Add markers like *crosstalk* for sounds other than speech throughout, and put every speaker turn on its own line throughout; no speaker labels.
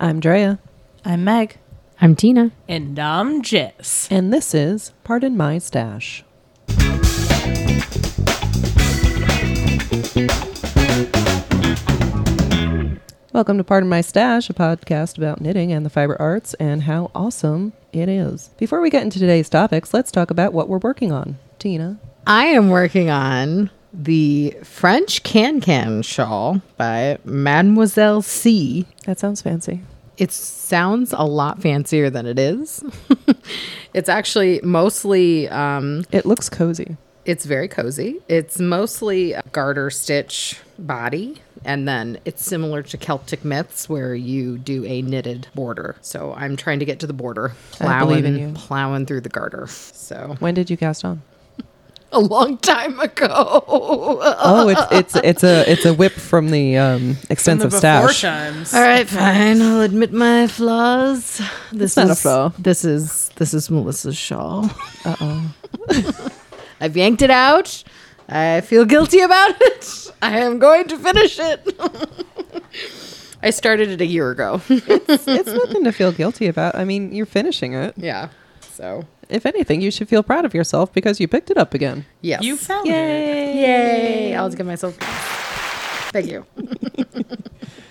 I'm Drea.
I'm Meg.
I'm Tina.
And I'm Jess.
And this is Pardon My Stash. Welcome to Pardon My Stash, a podcast about knitting and the fiber arts and how awesome it is. Before we get into today's topics, let's talk about what we're working on. Tina.
I am working on the French Can-Can shawl by Mademoiselle C.
That sounds fancy.
It sounds a lot fancier than it is. *laughs* it's actually mostly um,
It looks cozy.
It's very cozy. It's mostly a garter stitch body. And then it's similar to Celtic myths where you do a knitted border. So I'm trying to get to the border,
I
plowing,
believe in you.
plowing through the garter. So
When did you cast on?
a long time ago. *laughs*
Oh, it's it's it's a it's a whip from the um, extensive stash.
times.
All right, fine. I'll admit my flaws.
It's
This
not a
is
flaw.
this is this is Melissa's shawl. Uh oh. *laughs* I've yanked it out. I feel guilty about it. I am going to finish it. *laughs* I started it a year ago. *laughs*
it's nothing to feel guilty about. I mean, you're finishing it.
yeah. So
If anything, you should feel proud of yourself because you picked it up again.
*laughs*
yes.
You found it.
Yay! I'll just give myself. *laughs* Thank you.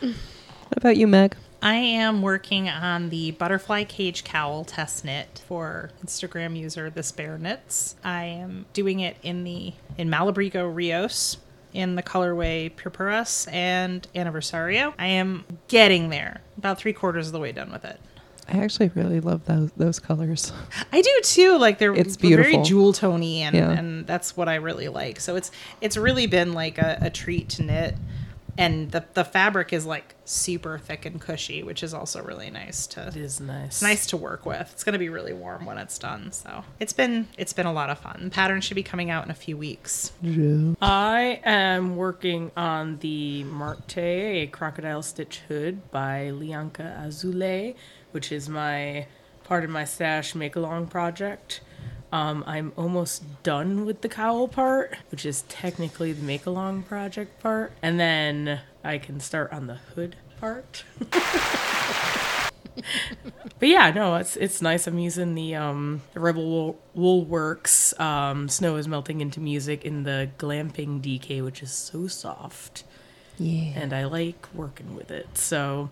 What about you, Meg?
I am working on the butterfly cage cowl test knit for Instagram user The Spare Knits. I am doing it in the in Malabrigo Rios in the colorway Purpuras and Anniversario. I am getting there. About three quarters of the way done with it.
I actually really love those those colors.
I do too. Like they're
It's
they're
beautiful.
very jewel tony, and
Yeah.
and that's what I really like. So it's it's really been like a, a treat to knit, and the the fabric is like super thick and cushy, which is also really nice to.
It is nice.
It's nice to work with. It's going to be really warm when it's done. So it's been it's been a lot of fun. The pattern should be coming out in a few weeks.
I am working on the Marte, a crocodile stitch hood by Lianca Azule, which is my part of my stash make along project. Um, I'm almost done with the cowl part, which is technically the make along project part, and then I can start on the hood part. But yeah, no, it's it's nice. I'm using the um the Rebel Wool, Woolworks um Snow is melting into music in the glamping DK, which is so soft. Yeah. And I like working with it. So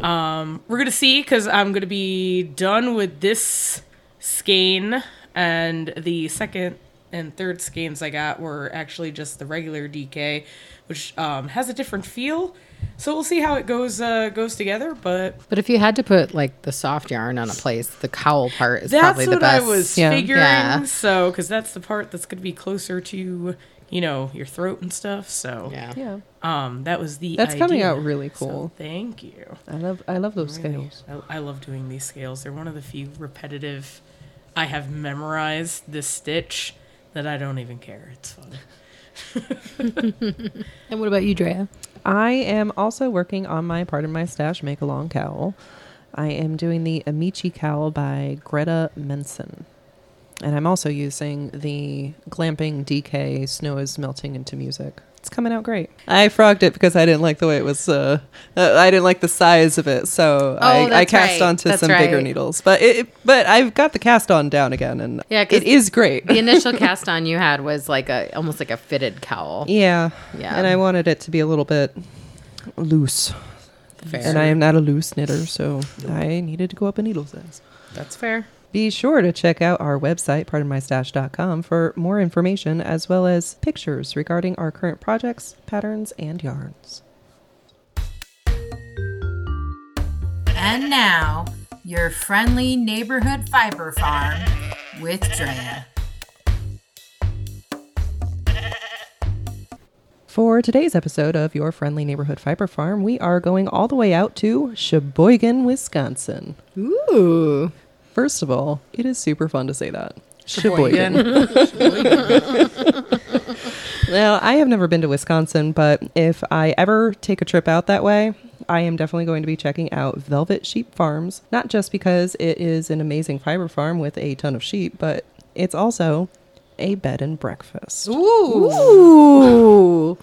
um we're going to see cuz I'm going to be done with this skein and the second and third skeins I got were actually just the regular DK, which um, has a different feel. So we'll see how it goes uh, goes together, but
But if you had to put like the soft yarn on a place, the cowl part is
that's
probably the
what
best.
I was
Yeah.
figuring.
Yeah.
So, because that's the part that's going to be closer to you know your throat and stuff. So,
Yeah.
Yeah,
um, that was the
That's coming
idea.
out really
So
cool.
thank you.
I love I love those scales.
I, I love doing these scales. They're one of the few repetitive. I have memorized this stitch that I don't even care. It's fun.
And what about you, Drea?
I am also working on my part of my stash make a long cowl. I am doing the Amici cowl by Greta Mensen. And I'm also using the glamping DK snow is melting into music. It's coming out great. I frogged it because I didn't like the way it was. Uh, uh, I didn't like the size of it, so
Oh,
I, I
that's
cast
right.
onto
That's
some bigger
right.
needles. But it, it- but I've got the cast on down again, and
Yeah, 'cause
it is
*laughs*
great.
the initial cast on you had was like a almost like a fitted cowl.
Yeah,
Yeah.
And I wanted it to be a little bit loose.
Fair.
And I am not a loose knitter, so I needed to go up a needle size.
That's fair.
Be sure to check out our website, pardonmystash.com, for more information as well as pictures regarding our current projects, patterns, and yarns.
And now, your friendly neighborhood fiber farm with Drea.
For today's episode of Your Friendly Neighborhood Fiber Farm, we are going all the way out to Sheboygan, Wisconsin.
Ooh.
First of all, it is super fun to say that. Sheboygan. *laughs* now, I have never been to Wisconsin, but if I ever take a trip out that way, I am definitely going to be checking out Velvet Sheep Farms, not just because it is an amazing fiber farm with a ton of sheep, but it's also a bed and breakfast.
Ooh.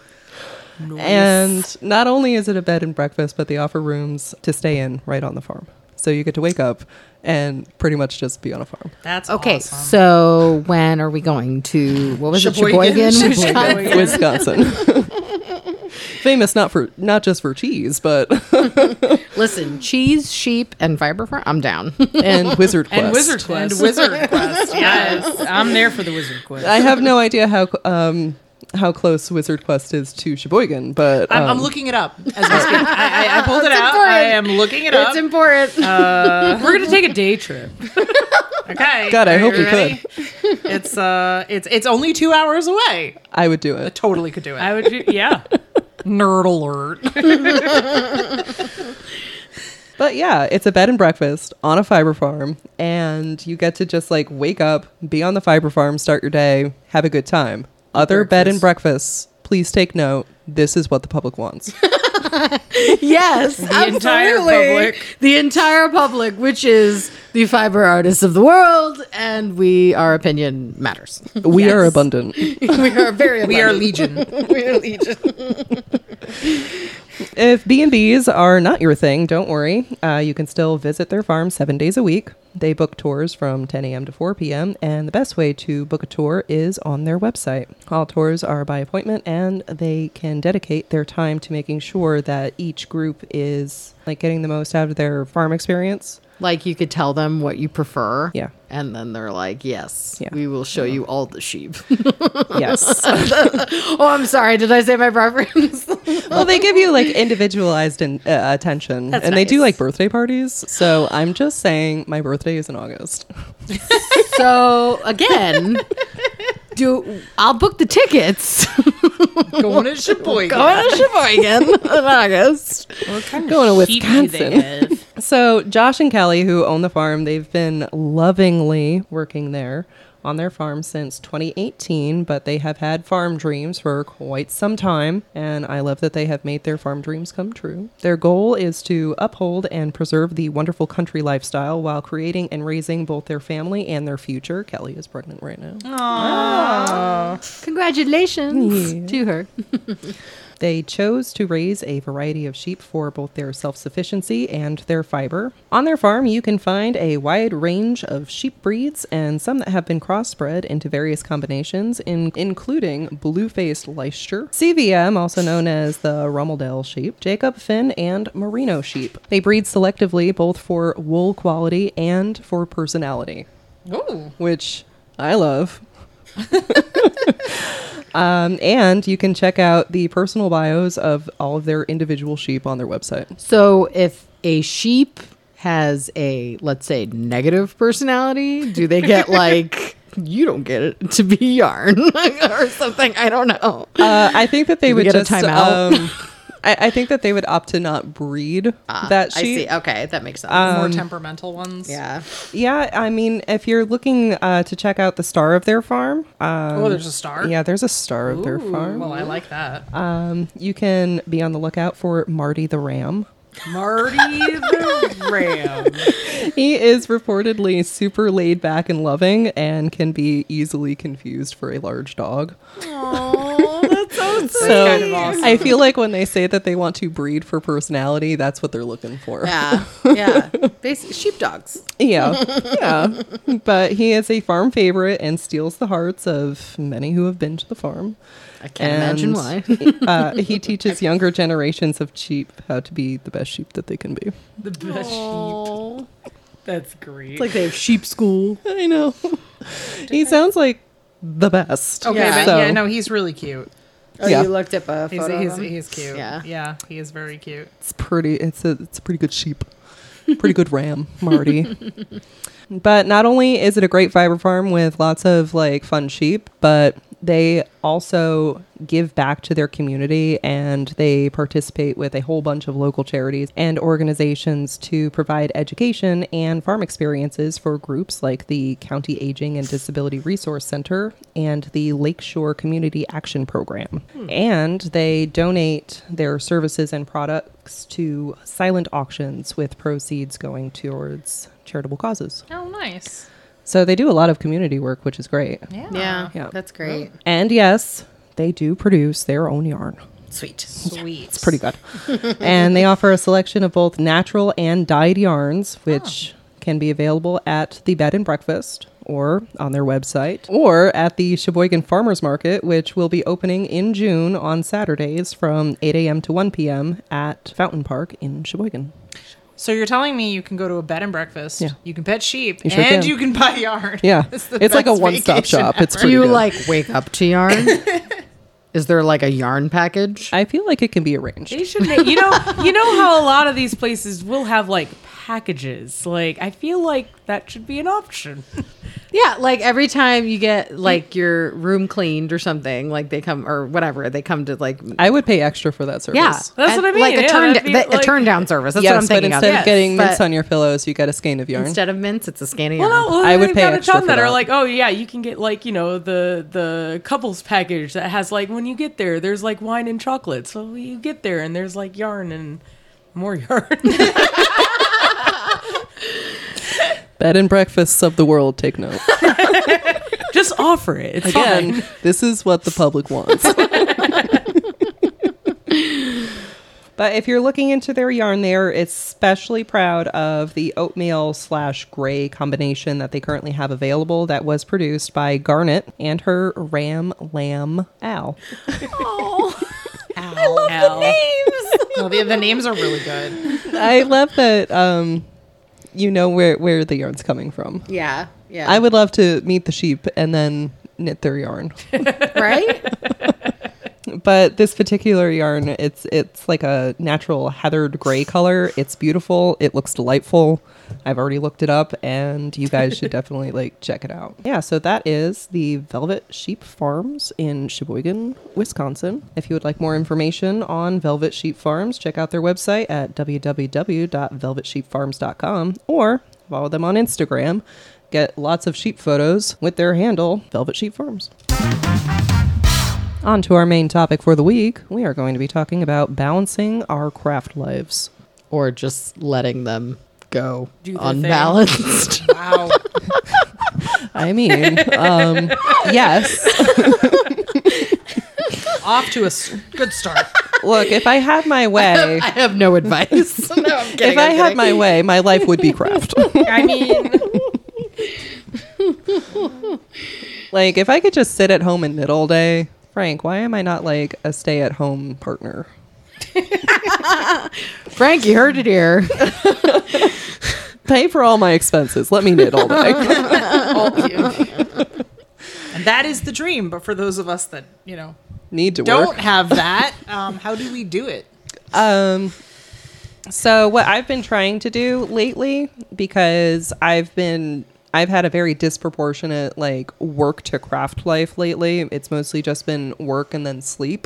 And not only is it a bed and breakfast, but they offer rooms to stay in right on the farm. So you get to wake up and pretty much just be on a farm
That's
Okay,
awesome.
so when are we going to what was
Sheboygan.
it,
*laughs*
Sheboygan, Wisconsin?
Sheboygan.
Wisconsin. *laughs* Famous not for not just for cheese,
*laughs*
but
Listen, cheese, sheep, and fiber farm. I'm down.
and Wizard Quest.
and Wizard Quest.
And
*laughs*
Wizard Quest.
Yes, *laughs* I'm there for the Wizard Quest.
I have no idea how um, how close Wizard Quest is to Sheboygan, but
I'm, I'm
um,
looking it up as we speak. I, I, I
*laughs*
pulled it out. I am looking it up.
*laughs* it's important.
Uh, we're gonna take a day trip.
okay.
God, I
Are
hope
you
we
ready? It's uh, it's it's only two hours away.
I would do
I
it.
totally could do it.
I would, do, yeah.
Nerd alert.
But yeah, it's a bed and breakfast on a fiber farm, and you get to just like wake up, be on the fiber farm, start your day, have a good time. Other bed and breakfasts, please take note. This is what the public
*laughs*
wants.
yes, the
entire public.
the entire public, which is the fiber artists of the world, and we, our opinion matters. *laughs*
We are abundant.
we are very,
We are *laughs* legion.
*laughs* we are legion.
If B&Bs are not your thing, don't worry. Uh, you can still visit their farm seven days a week. They book tours from 10 a.m. to 4 p.m. And the best way to book a tour is on their website. All tours are by appointment and they can dedicate their time to making sure that each group is like getting the most out of their farm experience.
Like you could tell them what you prefer.
Yeah.
And then they're like, yes,
Yeah.
we will show you all the sheep. *laughs*
Yes.
oh, I'm sorry. Did I say my preference?
*laughs*
*laughs*
well, they give you like individualized in, uh, attention and they do
nice.
like birthday parties. So I'm just saying my birthday is in August.
so again, *laughs* do I'll book the tickets.
Going to
Oh,
Sheboygan.
Going to
*laughs*
Sheboygan in August.
Going to
Sheep do
Wisconsin.
they have?
So Josh and Callie, who own the farm, they've been lovingly working there on their farm since 2018, but they have had farm dreams for quite some time, and I love that they have made their farm dreams come true. Their goal is to uphold and preserve the wonderful country lifestyle while creating and raising both their family and their future. Kelly is pregnant right now.
*laughs* Congratulations to her.
They chose to raise a variety of sheep for both their self sufficiency and their fiber. On their farm, you can find a wide range of sheep breeds and some that have been crossbred into various combinations, in- including blue faced Leicester, CVM, also known as the Rummeldale sheep, Jacob Finn, and Merino sheep. They breed selectively both for wool quality and for personality
Ooh.
which I love. *laughs* um, and you can check out the personal bios of all of their individual sheep on their
*laughs*
website.
So if a sheep has a let's say negative personality, do they get like you don't get it to be yarn *laughs* or something? I don't know.
Uh, I think that they
Did we
would
get a
just. Um,
timeout? *laughs*
I, I think that they would opt to not breed that sheep.
Ah, I see. Oh. Okay, that makes sense.
More temperamental ones.
yeah.
Yeah, I mean, if you're looking uh, to check out the star of their farm, um,
Oh, there's a star.
yeah, there's a star of their
Ooh,
farm.
Well, I like that.
Um, you can be on the lookout for Marty the Ram.
Marty the Ram.
He is reportedly super laid back and loving and can be easily confused for a large dog. So
kind of awesome.
I feel like when they say that they want to breed for personality, that's what they're looking for.
*laughs* Yeah. Yeah. Basically sheepdogs.
*laughs* Yeah. yeah. But he is a farm favorite and steals the hearts of many who have been to the farm.
I can't imagine why.
uh, he teaches younger generations of sheep how to be the best sheep that they can be.
The best sheep.
Oh.
That's great.
Like they have sheep school.
I know. he sounds like the best.
Okay, but
Yeah.
So-
yeah, no, he's really cute.
Oh,
Yeah.
you looked up a
He's,
photo.
he's,
of him?
he's cute.
Yeah.
Yeah, he is very cute.
It's pretty. It's a it's a pretty good sheep, pretty good ram, Marty. but not only is it a great fiber farm with lots of like fun sheep, but they also give back to their community and they participate with a whole bunch of local charities and organizations to provide education and farm experiences for groups like the County Aging and Disability Resource Center and the Lakeshore Community Action Program. And they donate their services and products to silent auctions with proceeds going towards charitable causes.
Oh, nice.
So they do a lot of community work, which is great.
Yeah.
Yeah,
Yeah.
That's great.
And yes, they do produce their own yarn.
Sweet. Sweet. It's
pretty
*laughs*
good. and they offer a selection of both natural and dyed yarns, which
Ah.
can be available at the bed and breakfast or on their website or at the Sheboygan Farmers Market, which will be opening in June on Saturdays from 8 a.m. to 1 p.m. at Fountain Park in Sheboygan.
So you're telling me you can go to a bed and breakfast,
Yeah.
you can pet sheep,
You sure
and
can.
you can buy yarn. *laughs*
Yeah.
It's
It's,
the
like a
best
one stop
vacation *laughs*
shop. It's
ever.
pretty
Do you
good.
like wake up to yarn? Is there like a yarn package?
I feel like it can be arranged.
They should make you know you know how a lot of these places will have like packages. Like I feel like that should be an option.
Yeah, like every time you get like your room cleaned or something, like they come or whatever, they come to like
I would pay extra for that service.
yeah,
what
and
I mean,
Like a
yeah,
turn,
that'd be,
the- a
like-
turn down service. That's what I'm
Yes, but
thinking
instead of
of.
getting
But
mints on your pillows, you got a skein of yarn.
instead of mints, it's a scan of yarn.
Well, no,
I would
they've
pay
got a
extra
ton
for
that, are
that.
like, oh yeah, you can get like you know the the couples package that has like when you get there, there's like wine and chocolate. So you get there and there's like yarn and more *laughs* yarn.
Bed and breakfasts of the world take
*laughs*
note.
Just offer it. It's fine.
Again, this is what the public
*laughs*
wants. but if you're looking into their yarn, they are especially proud of the oatmeal slash gray combination that they currently have available that was produced by Garnet and her ram lamb owl. *laughs*
I love
Ow.
no, the, the names are really good.
I love that um, you know where, where the yarn's coming from.
yeah, yeah,
*laughs* I would love to meet the sheep and then knit their yarn.
right.
but this particular yarn it's it's like a natural heathered gray color it's beautiful it looks delightful i've already looked it up and you guys should definitely like check it out yeah so that is the velvet sheep farms in sheboygan wisconsin if you would like more information on velvet sheep farms check out their website at www.velvetsheepfarms.com or follow them on instagram get lots of sheep photos with their handle velvet sheep farms on to our main topic for the week. We are going to be talking about balancing our craft lives.
Or just letting them go
Do their thing.
unbalanced.
*laughs* Wow.
I mean, um, yes.
Off to a s- good start.
Look, if I had
*laughs*
my way,
*laughs* I have no advice. no, I'm kidding.
if I had my way, my life would be
*laughs*
craft.
I mean,
like, if I could just sit at home and knit all day, Frank, why am I not like a stay at home partner?
Frank, you heard it here.
Pay for all my expenses. Let me knit all
*laughs*
day.
and that is the dream. But for those of us that, you know,
Need to
don't
work. *laughs*
have that, um, how do we do it?
Um, so what I've been trying to do lately, because I've been I've had a very disproportionate like work to craft life lately. It's mostly just been work and then sleep.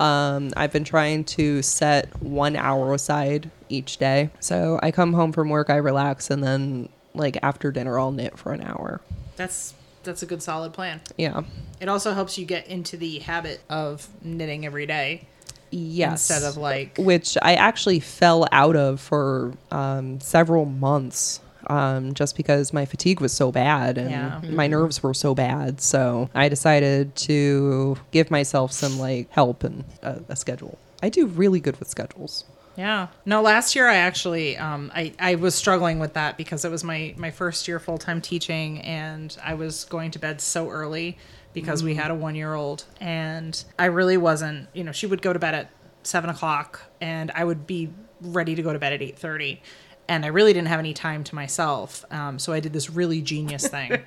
Um, I've been trying to set one hour aside each day. So I come home from work, I relax, and then like after dinner, I'll knit for an hour.
That's that's a good solid plan.
Yeah.
It also helps you get into the habit of knitting every day
Yes.
instead of like
which I actually fell out of for um, several months um, just because my fatigue was so bad and
Yeah. Mm-hmm.
my nerves were so bad. So I decided to give myself some like help and a, a schedule. I do really good with schedules.
Yeah. No, last year I actually um, I I was struggling with that because it was my my first year full time teaching and I was going to bed so early because
Mm.
we had a one year old and I really wasn't. You know, she would go to bed at seven o'clock and I would be ready to go to bed at eight thirty. And I really didn't have any time to myself, um, so I did this really genius
*laughs*
thing.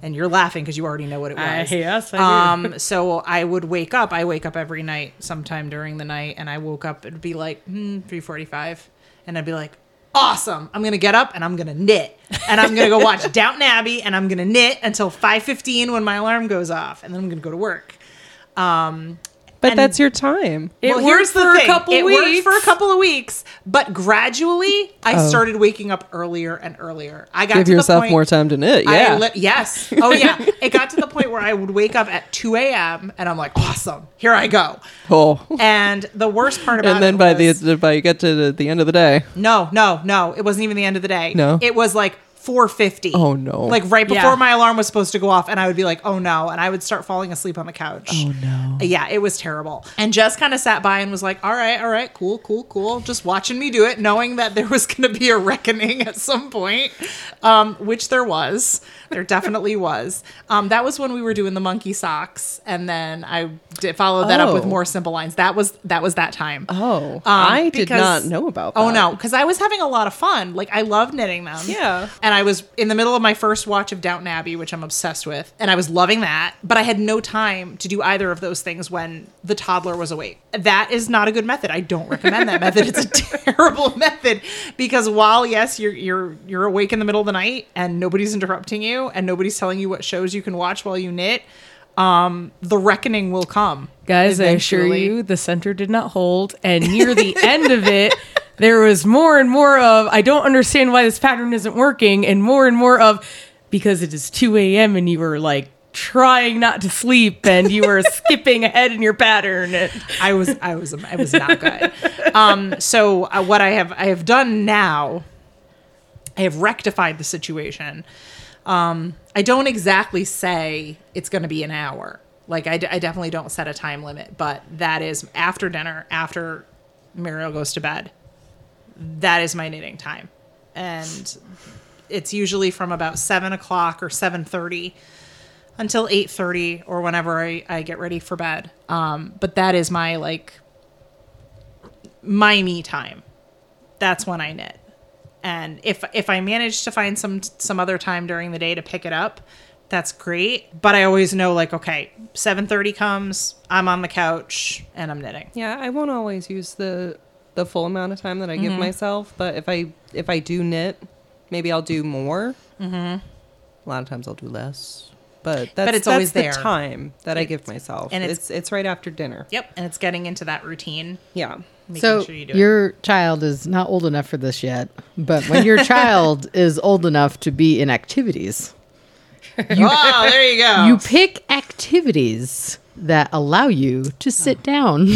and you're laughing because you already know what it was.
I- yes, I do.
Um, so I would wake up. I wake up every night, sometime during the night, and I woke up. It'd be like hmm, three forty-five, and I'd be like, "Awesome! I'm gonna get up and I'm gonna knit, and I'm gonna go
*laughs*
watch Downton Abbey, and I'm gonna knit until five fifteen when my alarm goes off, and then I'm gonna go to work." Um,
But
And-
that's your time.
It
well,
worked
here's the
for
thing.
a couple
it
weeks.
worked for a couple of weeks, but gradually I started waking up earlier and earlier. I got
Oh. Give
to the
yourself
point,
more time to knit.
I
Yeah.
li- yes. Oh yeah.
*laughs*
it got to the point where I would wake up at 2 a.m. and I'm like, awesome, here I go.
oh.
And the worst part about
And then
it
by
was,
the by you get to the, the end of the day.
no, no, no, it wasn't even the end of the day.
No?
it was like 4:50.
Oh, no.
Like right
Yeah.
before my alarm was supposed to go off and I would be like, "Oh no." And I would start falling asleep on the couch. Oh no. Yeah, it was terrible. And Jess kind of sat by and was like, "All right, all right, cool, cool, cool." Just watching me do it, knowing that there was going to be a reckoning at some point. Um, which there was. There definitely was. Um, that was when we were doing the monkey socks and then I did follow that up with
Oh.
more simple lines. That was that was that time.
Oh,
Um,
I did
because-
not know about that.
Oh no, because I was having a lot of fun. Like I love knitting them.
Yeah.
And I was in the middle of my first watch of Downton Abbey, which I'm obsessed with, and I was loving that. But I had no time to do either of those things when the toddler was awake. That is not a good method. I don't recommend that method. It's a
*laughs*
terrible method because while yes, you're you're you're awake in the middle of the night and nobody's interrupting you and nobody's telling you what shows you can watch while you knit, um, the reckoning will come.
Guys, I assure
eventually.
you, the center did not hold. And near the *laughs* end of it, there was more and more of, I don't understand why this pattern isn't working, and more and more of, because it is 2 a.m. and you were like trying not to sleep and you were *laughs* skipping ahead in your pattern. And
I was I was I was not good. Um, so uh, what I have I have done now, I have rectified the situation. Um, I don't exactly say it's going to be an hour. Like I, d- I definitely don't set a time limit, but that is after dinner, after Muriel goes to bed. That is my knitting time, and it's usually from about seven o'clock or seven thirty until 8.30 or whenever I, I get ready for bed um, but that is my like my me time that's when i knit and if if i manage to find some some other time during the day to pick it up that's great but i always know like okay 7.30 comes i'm on the couch and i'm knitting
Yeah, I won't always use the the full amount of time that I
Mm-hmm.
give myself, but if I if I do knit, maybe I'll do more. Mm-hmm. A lot of times I'll do less, but that's, that's
it's always
the
there.
time that I give myself,
and
and
it's-
it's it's, right after dinner.
yep and it's getting into that routine
Yeah,
making
so
sure you do it.
your child is not old enough for this yet, but when
*laughs*
your child is old enough to be in activities,
oh there you go
you pick activities that allow you to sit
Oh.
down.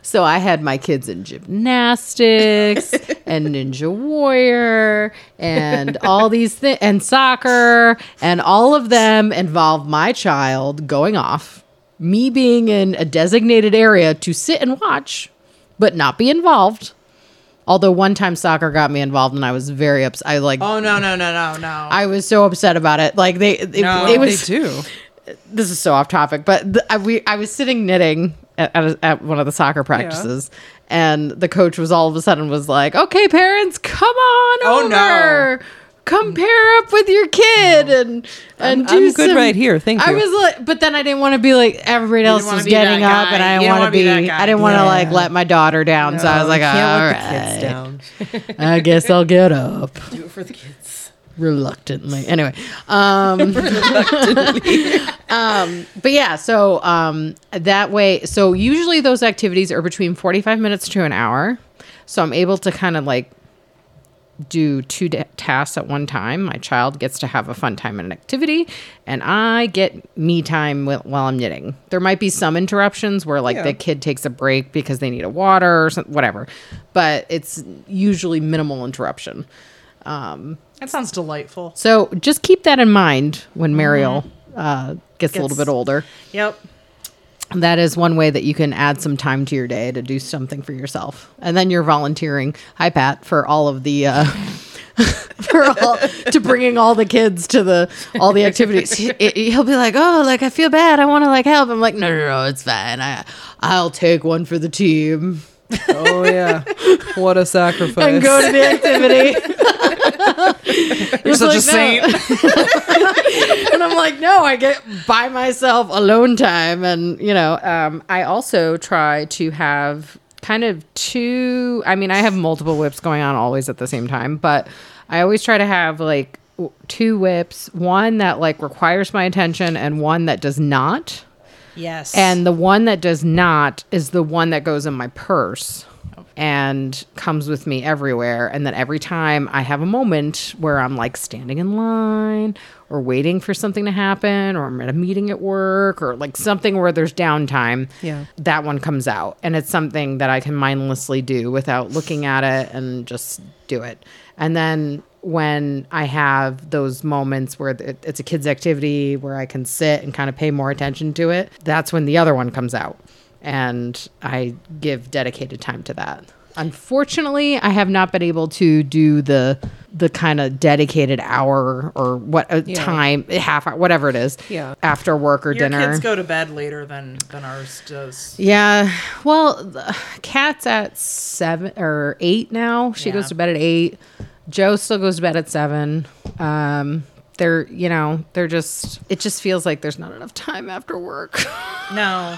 so I had my kids in gymnastics and Ninja Warrior and all these things and soccer and all of them involve my child going off, me being in a designated area to sit and watch, but not be involved. Although one time soccer got me involved and I was very upset. I like
oh no no no no no
I was so upset about it. Like they, it, it was.
do.
This is so off topic, but th- I, we, I was sitting knitting at, at, at one of the soccer practices, and the coach was all of a sudden was like, "Okay, parents, come on
Oh, no.
over." Come pair up with your kid and and
I'm-
do
I'm good
some-
right here, thank
I
you.
was like, but then I didn't want to be like everybody else
wanna
was
be that
getting up,
guy.
and
You
I
don't
didn't want
wanna
to
be
be.
that guy.
I didn't want to like let my daughter down, so I was like, all
Um, Can't
right,
let the kids down.
I guess I'll get up
do it for the kids.
reluctantly anyway um, *laughs* um but yeah so um that way so usually those activities are between 45 minutes to an hour so i'm able to kind of like do two da- tasks at one time my child gets to have a fun time and an activity and i get me time wh- while i'm knitting there might be some interruptions where like the kid takes a break because they need a water or some, whatever but it's usually minimal interruption Um,
that sounds delightful
so just keep that in mind when Mariel uh, gets, a little
Gets-
bit older.
yep
That is one way that you can add some time to your day to do something for yourself, and then you're volunteering. Hi, Pat, for all of the. Uh, *laughs* for all, to bringing all the kids to the all the activities he, he- he'll be like oh like i feel bad i want to like help i'm like no no no it's fine i i'll take one for the team
Oh yeah,
*laughs*
what a sacrifice!
and go to the *laughs* activity. You're
such a
*laughs* and I'm like, no, I get by myself alone time. And, you know, um, I also try to have kind of two, I mean, I have multiple whips going on always at the same time, but I always try to have like w- two whips, one that like requires my attention and one that does not.
Yes.
And the one that does not is the one that goes in my purse. and comes with me everywhere. And then every time I have a moment where I'm like standing in line or waiting for something to happen or I'm at a meeting at work or like something where there's downtime,
Yeah.
that one comes out. And it's something that I can mindlessly do without looking at it and just do it. And then when I have those moments where it- it's a kid's activity where I can sit and kind of pay more attention to it, that's when the other one comes out. And I give dedicated time to that. Unfortunately, I have not been able to do the the kind of dedicated hour or what uh, time half hour whatever it is
Yeah.
after work or
Your
dinner.
kids go to bed later than than ours does.
Yeah. Well, the, Kat's at seven or eight now. She goes to bed at eight. Joe still goes to bed at seven. Um, they're, you know, they're just, it just feels like there's not enough time after work. *laughs*
*laughs*
No.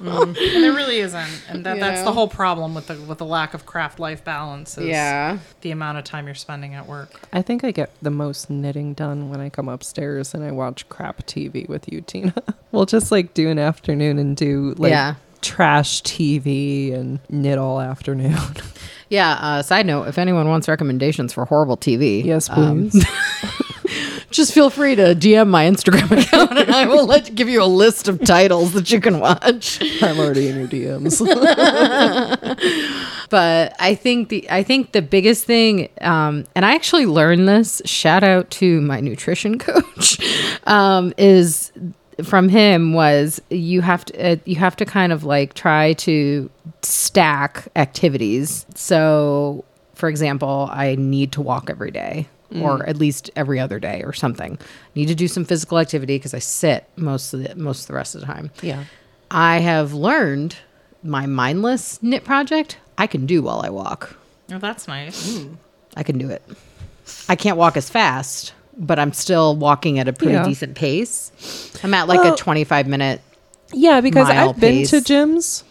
Mm. And there really isn't, and that, that's
Yeah.
the whole problem with the with the lack of craft life balance. Is
Yeah.
the amount of time you're spending at work.
I think I get the most knitting done when I come upstairs and I watch crap TV with you, Tina. *laughs* we'll just like do an afternoon and do like
Yeah.
trash TV and knit all afternoon. *laughs*
yeah. Uh, side note if anyone wants recommendations for horrible TV,
yes,
um, *laughs*
please. *laughs*
just feel free to DM my Instagram *laughs* account and I will let give you a list of titles that you can watch.
I'm already in your
*laughs*
DMs.
but I think the I think the biggest thing, um, and I actually learned this. Shout out to my nutrition *laughs* coach, um, is from him was you have to uh, you have to kind of like try to stack activities. So, for example, I need to walk every day. Or at least every other day, or something. Need to do some physical activity because I sit most of the most of the rest of the time.
yeah.
I have learned my mindless knit project I can do while I walk.
Oh, that's nice.
I can do it. I can't walk as fast, but I'm still walking at a pretty
Yeah.
decent pace. I'm at like
Well-
a 25 minute.
Yeah, because
Mile
I've been to
pace.
gyms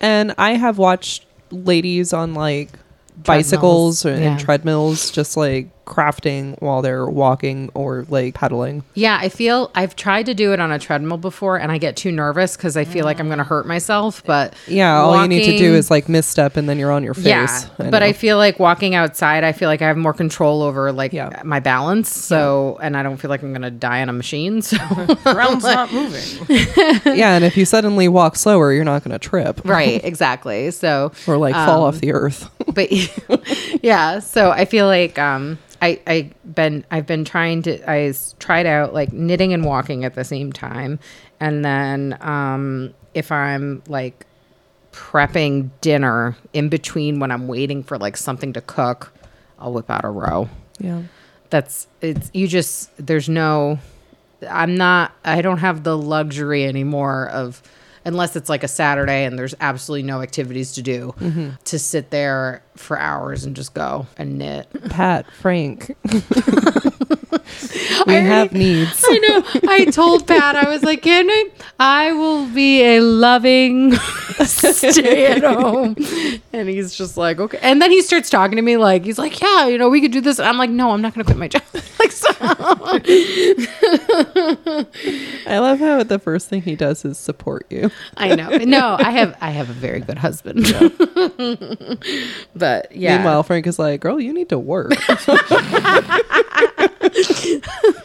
and I have watched ladies on like bicycles and
yeah.
treadmills just like crafting while they're walking or like pedaling.
Yeah, I feel I've tried to do it on a treadmill before and I get too nervous because I feel like I'm going to hurt myself. But
Yeah, all you need to do
walking-
is like misstep and then you're on your face.
Yeah, but
know.
I feel like walking outside. I feel like I have more control over like
Yeah.
my balance. So, and I don't feel like I'm gonna die on a machine. *laughs* So,
*laughs*
Ground's not moving.
yeah, and if you suddenly walk slower, you're not going to trip
right, exactly. So,
*laughs* or like fall
um,
off the earth. *laughs*
but *laughs* yeah so i feel like um i i been i've been trying to i s- tried out like knitting and walking at the same time and then um if i'm like prepping dinner in between when i'm waiting for like something to cook i'll whip out a row
yeah.
that's it's you just there's no i'm not i don't have the luxury anymore of unless it's like a saturday and there's absolutely no activities to do to sit there for hours and just go and knit
Pat, *laughs* Frank. we have needs.
i know i told pat i was like can i i will be a loving *laughs* stay at home and he's just like okay and then he starts talking to me like he's like yeah you know we could do this and i'm like no i'm not gonna quit my job *laughs* like so
*laughs* I love how the first thing he does is support you.
I know. No, I have I have a very good husband. *laughs* but yeah.
Meanwhile, Frank is like, girl, you need to work.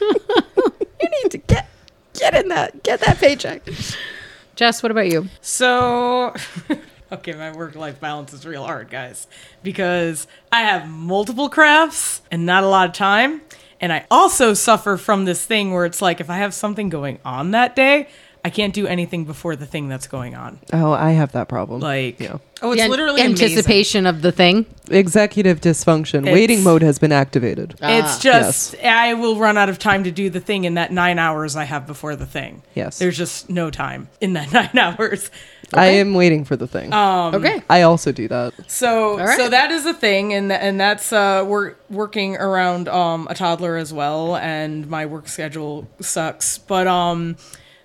you need to get get in that get that paycheck. Jess, what about you?
So, *laughs* okay, my work life balance is real hard, guys, because I have multiple crafts and not a lot of time. And I also suffer from this thing where it's like if I have something going on that day, I can't do anything before the thing that's going on.
*laughs* oh, I have that problem.
Like,
yeah.
Oh, it's
An-
literally anticipation.
anticipation of the thing.
Executive dysfunction.
It's-
Waiting mode has been activated.
It's just I will run out of time to do the thing in that nine hours I have before the thing.
Yes.
There's just no time in that *laughs* nine hours.
I am waiting for the thing.
okay.
I also do that.
So
right.
so that is a thing, and and that's uh, we're working around um, a toddler as well, and my work schedule sucks. But um,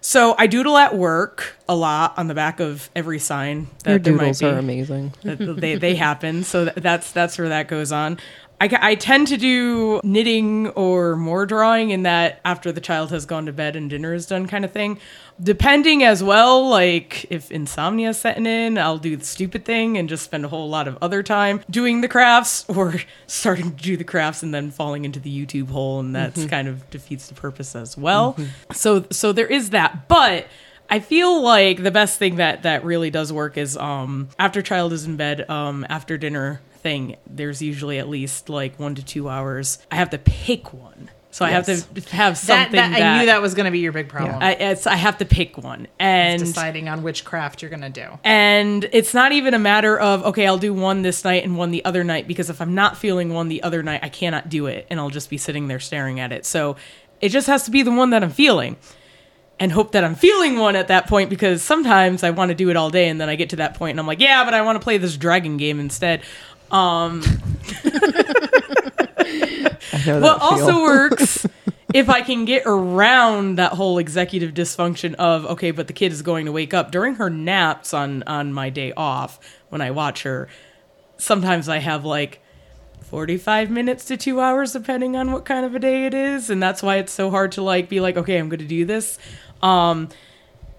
so I doodle at work a lot on the back of every sign that
Your
there might
doodles
be.
are amazing.
That they they happen, so th- that's that's where that goes on. I, ca- I tend to do knitting or more drawing in that after the child has gone to bed and dinner is done kind of thing. Depending as well, like if insomnia's setting in, I'll do the stupid thing and just spend a whole lot of other time doing the crafts *laughs* or starting to do the crafts and then falling into the YouTube hole and that's kind of defeats the purpose as well. So so there is that. But I feel like the best thing that that really does work is um after child is in bed, um after dinner thing, there's usually at least like 1 to 2 hours. I have to pick one. So I have to
That,
have something
that,
that,
I knew that was going to be your big problem.
I, it's, I have to pick one. And
deciding on which craft you're going to do.
and it's not even a matter of okay i'll do one this night and one the other night because if i'm not feeling one the other night i cannot do it and i'll just be sitting there staring at it so it just has to be the one that i'm feeling and hope that i'm feeling one at that point because sometimes i want to do it all day and then i get to that point and i'm like yeah but i want to play this dragon game instead um
I know
what
that feel. *laughs*
also works if I can get around that whole executive dysfunction of okay, but the kid is going to wake up during her naps on on my day off when I watch her. Sometimes I have like 45 minutes to 2 hours depending on what kind of a day it is and that's why it's so hard to like be like okay, I'm going to do this. Um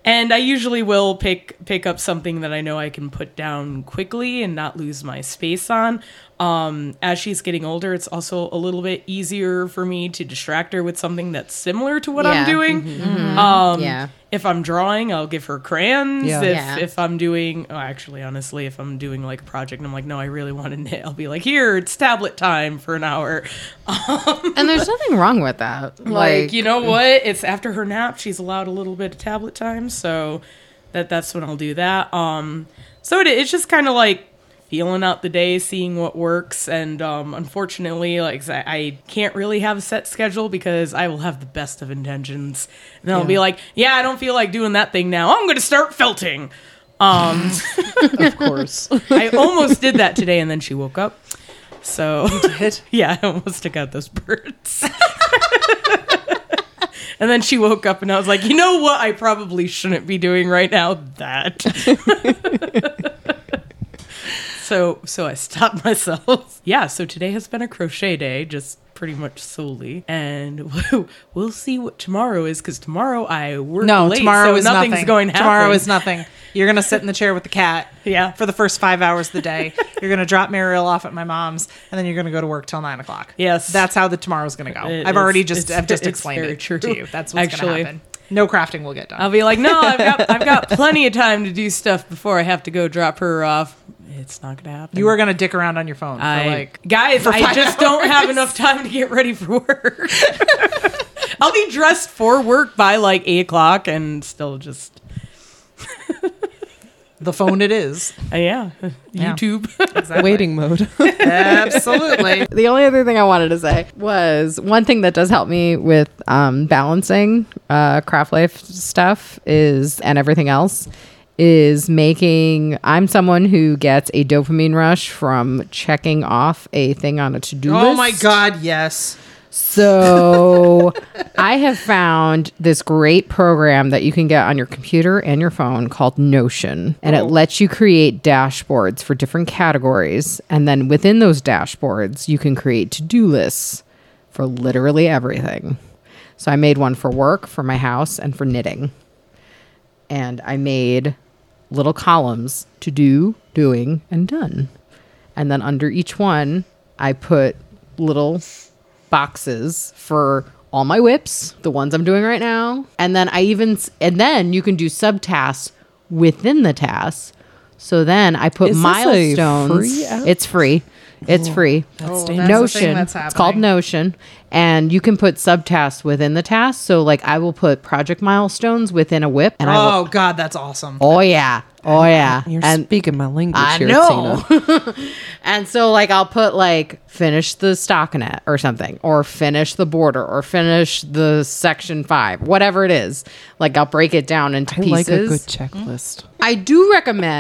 and I usually will pick pick up something that I know I can put down quickly and not lose my space on. Um, as she's getting older, it's also a little bit easier for me to distract her with something that's similar to what I'm
Yeah. Mm-hmm.
doing. Um,
Yeah.
If I'm drawing, I'll give her crayons.
Yeah.
If,
Yeah.
if I'm doing, oh, actually, honestly, if I'm doing like a project and I'm like, no, I really want to knit, I'll be like, here, it's tablet time for an hour.
And there's nothing wrong with that. Like,
Like, you know what? It's after her nap. She's allowed a little bit of tablet time, so that that's when I'll do that. Um, so it, it's just kind of like feeling out the day, seeing what works, and um, unfortunately, like I, I can't really have a set schedule because I will have the best of intentions, and then I'll be like, yeah, I don't feel like doing that thing now. I'm gonna start felting. Um,
of course.
I almost did that today, and then she woke up. So *laughs* yeah, I almost took out
*laughs*
those birds. and then she woke up, and I was like, you know what? I probably shouldn't be doing right now that. *laughs* so so I stopped myself. *laughs* Yeah. So today has been a crochet day, just pretty much solely, and we'll see what tomorrow is because tomorrow I work.
No,
late,
tomorrow
so
is
nothing's
nothing.
going. to
Tomorrow
happen.
is nothing. You're gonna sit in the chair with the cat.
Yeah.
For the first five hours of the
*laughs*
day, you're gonna drop Mariel off at my mom's, and then you're gonna go to work till nine o'clock.
Yes.
that's how the tomorrow's gonna go.
It-
I've already
it's-
just
it's-
I've just
it's
explained
very
it
true.
to you. That's what's gonna
Actually.
happen. No crafting will get done.
I'll be like, no, I've got I've got plenty of time to do stuff before I have to go drop her off. It's not gonna happen.
you are gonna dick around on your phone
I
for like
guys. I just don't have enough time to get ready for work. *laughs* I'll be dressed for work by like eight o'clock and still just
the phone it *laughs* is.
uh, yeah, *laughs* YouTube.
Waiting mode.
Absolutely.
the only other thing I wanted to say was one thing that does help me with um, balancing uh, craft life stuff is and everything else is making. I'm someone who gets a dopamine rush from checking off a thing on a to *laughs* do list.
oh my god, yes.
So *laughs* I have found this great program that you can get on your computer and your phone called Notion. And it lets you create dashboards for different categories. And then within those dashboards, you can create to do lists for literally everything. So I made one for work, for my house, and for knitting. And I made little columns to do, doing, and done. And then under each one, I put little boxes for all my whips, the ones I'm doing right now. And then I even, and then you can do subtasks within the tasks. So then I put
Is this a free
milestones.
app?
It's free. It's free.
Oh, that's
dangerous.
the thing
Notion.
that's
it's called
happening.
Notion, and you can put subtasks within the task. So like I will put project milestones within a whip, and I
Oh
will.
god, that's awesome.
Oh yeah, oh yeah,
*laughs* uh, You're
and
speaking my language
I
here,
know.
Tina.
*laughs* and so like I'll put like finish the stockinette or something, or finish the border, or finish the section five, whatever it is. Like I'll break it down into
I
pieces.
like a good checklist.
I do recommend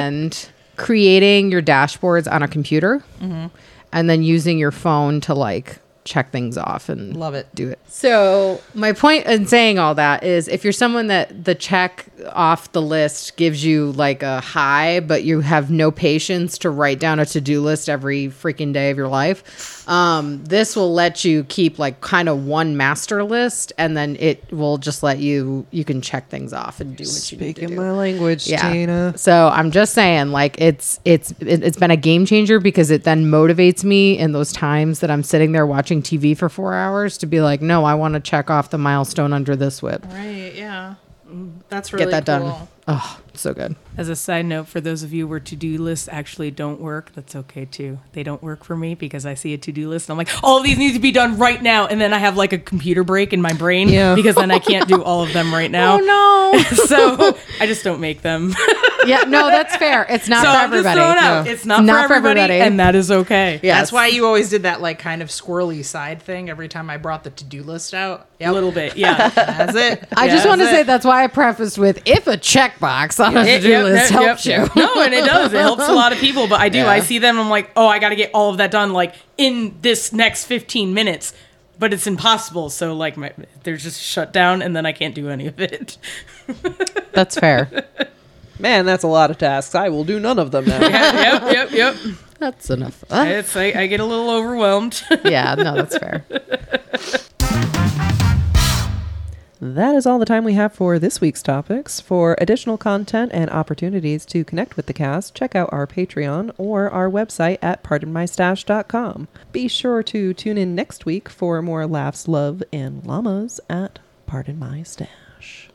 Mm-hmm.
creating your dashboards on a computer and then using your phone to like check things off and
Love it.
do it. So my point in saying all that is if you're someone that the check off the list gives you like a high, but you have no patience to write down a to-do list every freaking day of your life, um, this will let you keep like kind of one master list and then it will just let you you can check things off and do what you need to do.
Speaking my language, Tina.
So I'm just saying, like it's it's it, it's been a game changer because it then motivates me in those times that I'm sitting there watching TV for four hours to be like, no, I want to check off the milestone under this whip.
Right, yeah.
Mm,
That's
Get
really
that done.
cool.
Oh, so good.
As a side note, for those of you where to do lists actually don't work, that's okay too. They don't work for me because I see a to do list and I'm like, all of these need to be done right now. And then I have like a computer break in my brain
Yeah.
because then I can't *laughs* do all of them right now.
Oh no.
*laughs* So I just don't make *laughs* them.
*laughs* yeah, no, that's fair. It's not
so
for
I'm just
everybody.
throwing out.
No.
It's not, for, everybody, and that is okay.
Yes.
That's why you always did that like kind of squirrely side thing every time I brought the to-do list out.
A
Yep.
little bit, *laughs* yeah.
That's it.
I just
Yeah,
want to
that's
say that's why I prefaced with if a checkbox on a to
It-
do
yep,
list
yep,
helps
yep.
you. *laughs*
*laughs* No, and it does. It helps a lot of people. But I do. I see them. I'm like, oh, I got to get all of that done like in this next 15 minutes. But it's impossible. So like, my, they're just shut down, and then I can't do any of it. *laughs*
That's fair.
Man, that's a lot of tasks. I will do none of them now.
yep, yep, *laughs* yep.
That's enough. *laughs*
It's I, I get a little overwhelmed. *laughs*
yeah, no, that's fair.
*laughs* That is all the time we have for this week's topics. For additional content and opportunities to connect with the cast, check out our Patreon or our website at pardonmystash.com. Be sure to tune in next week for more laughs, love, and llamas at Pardon My Stash.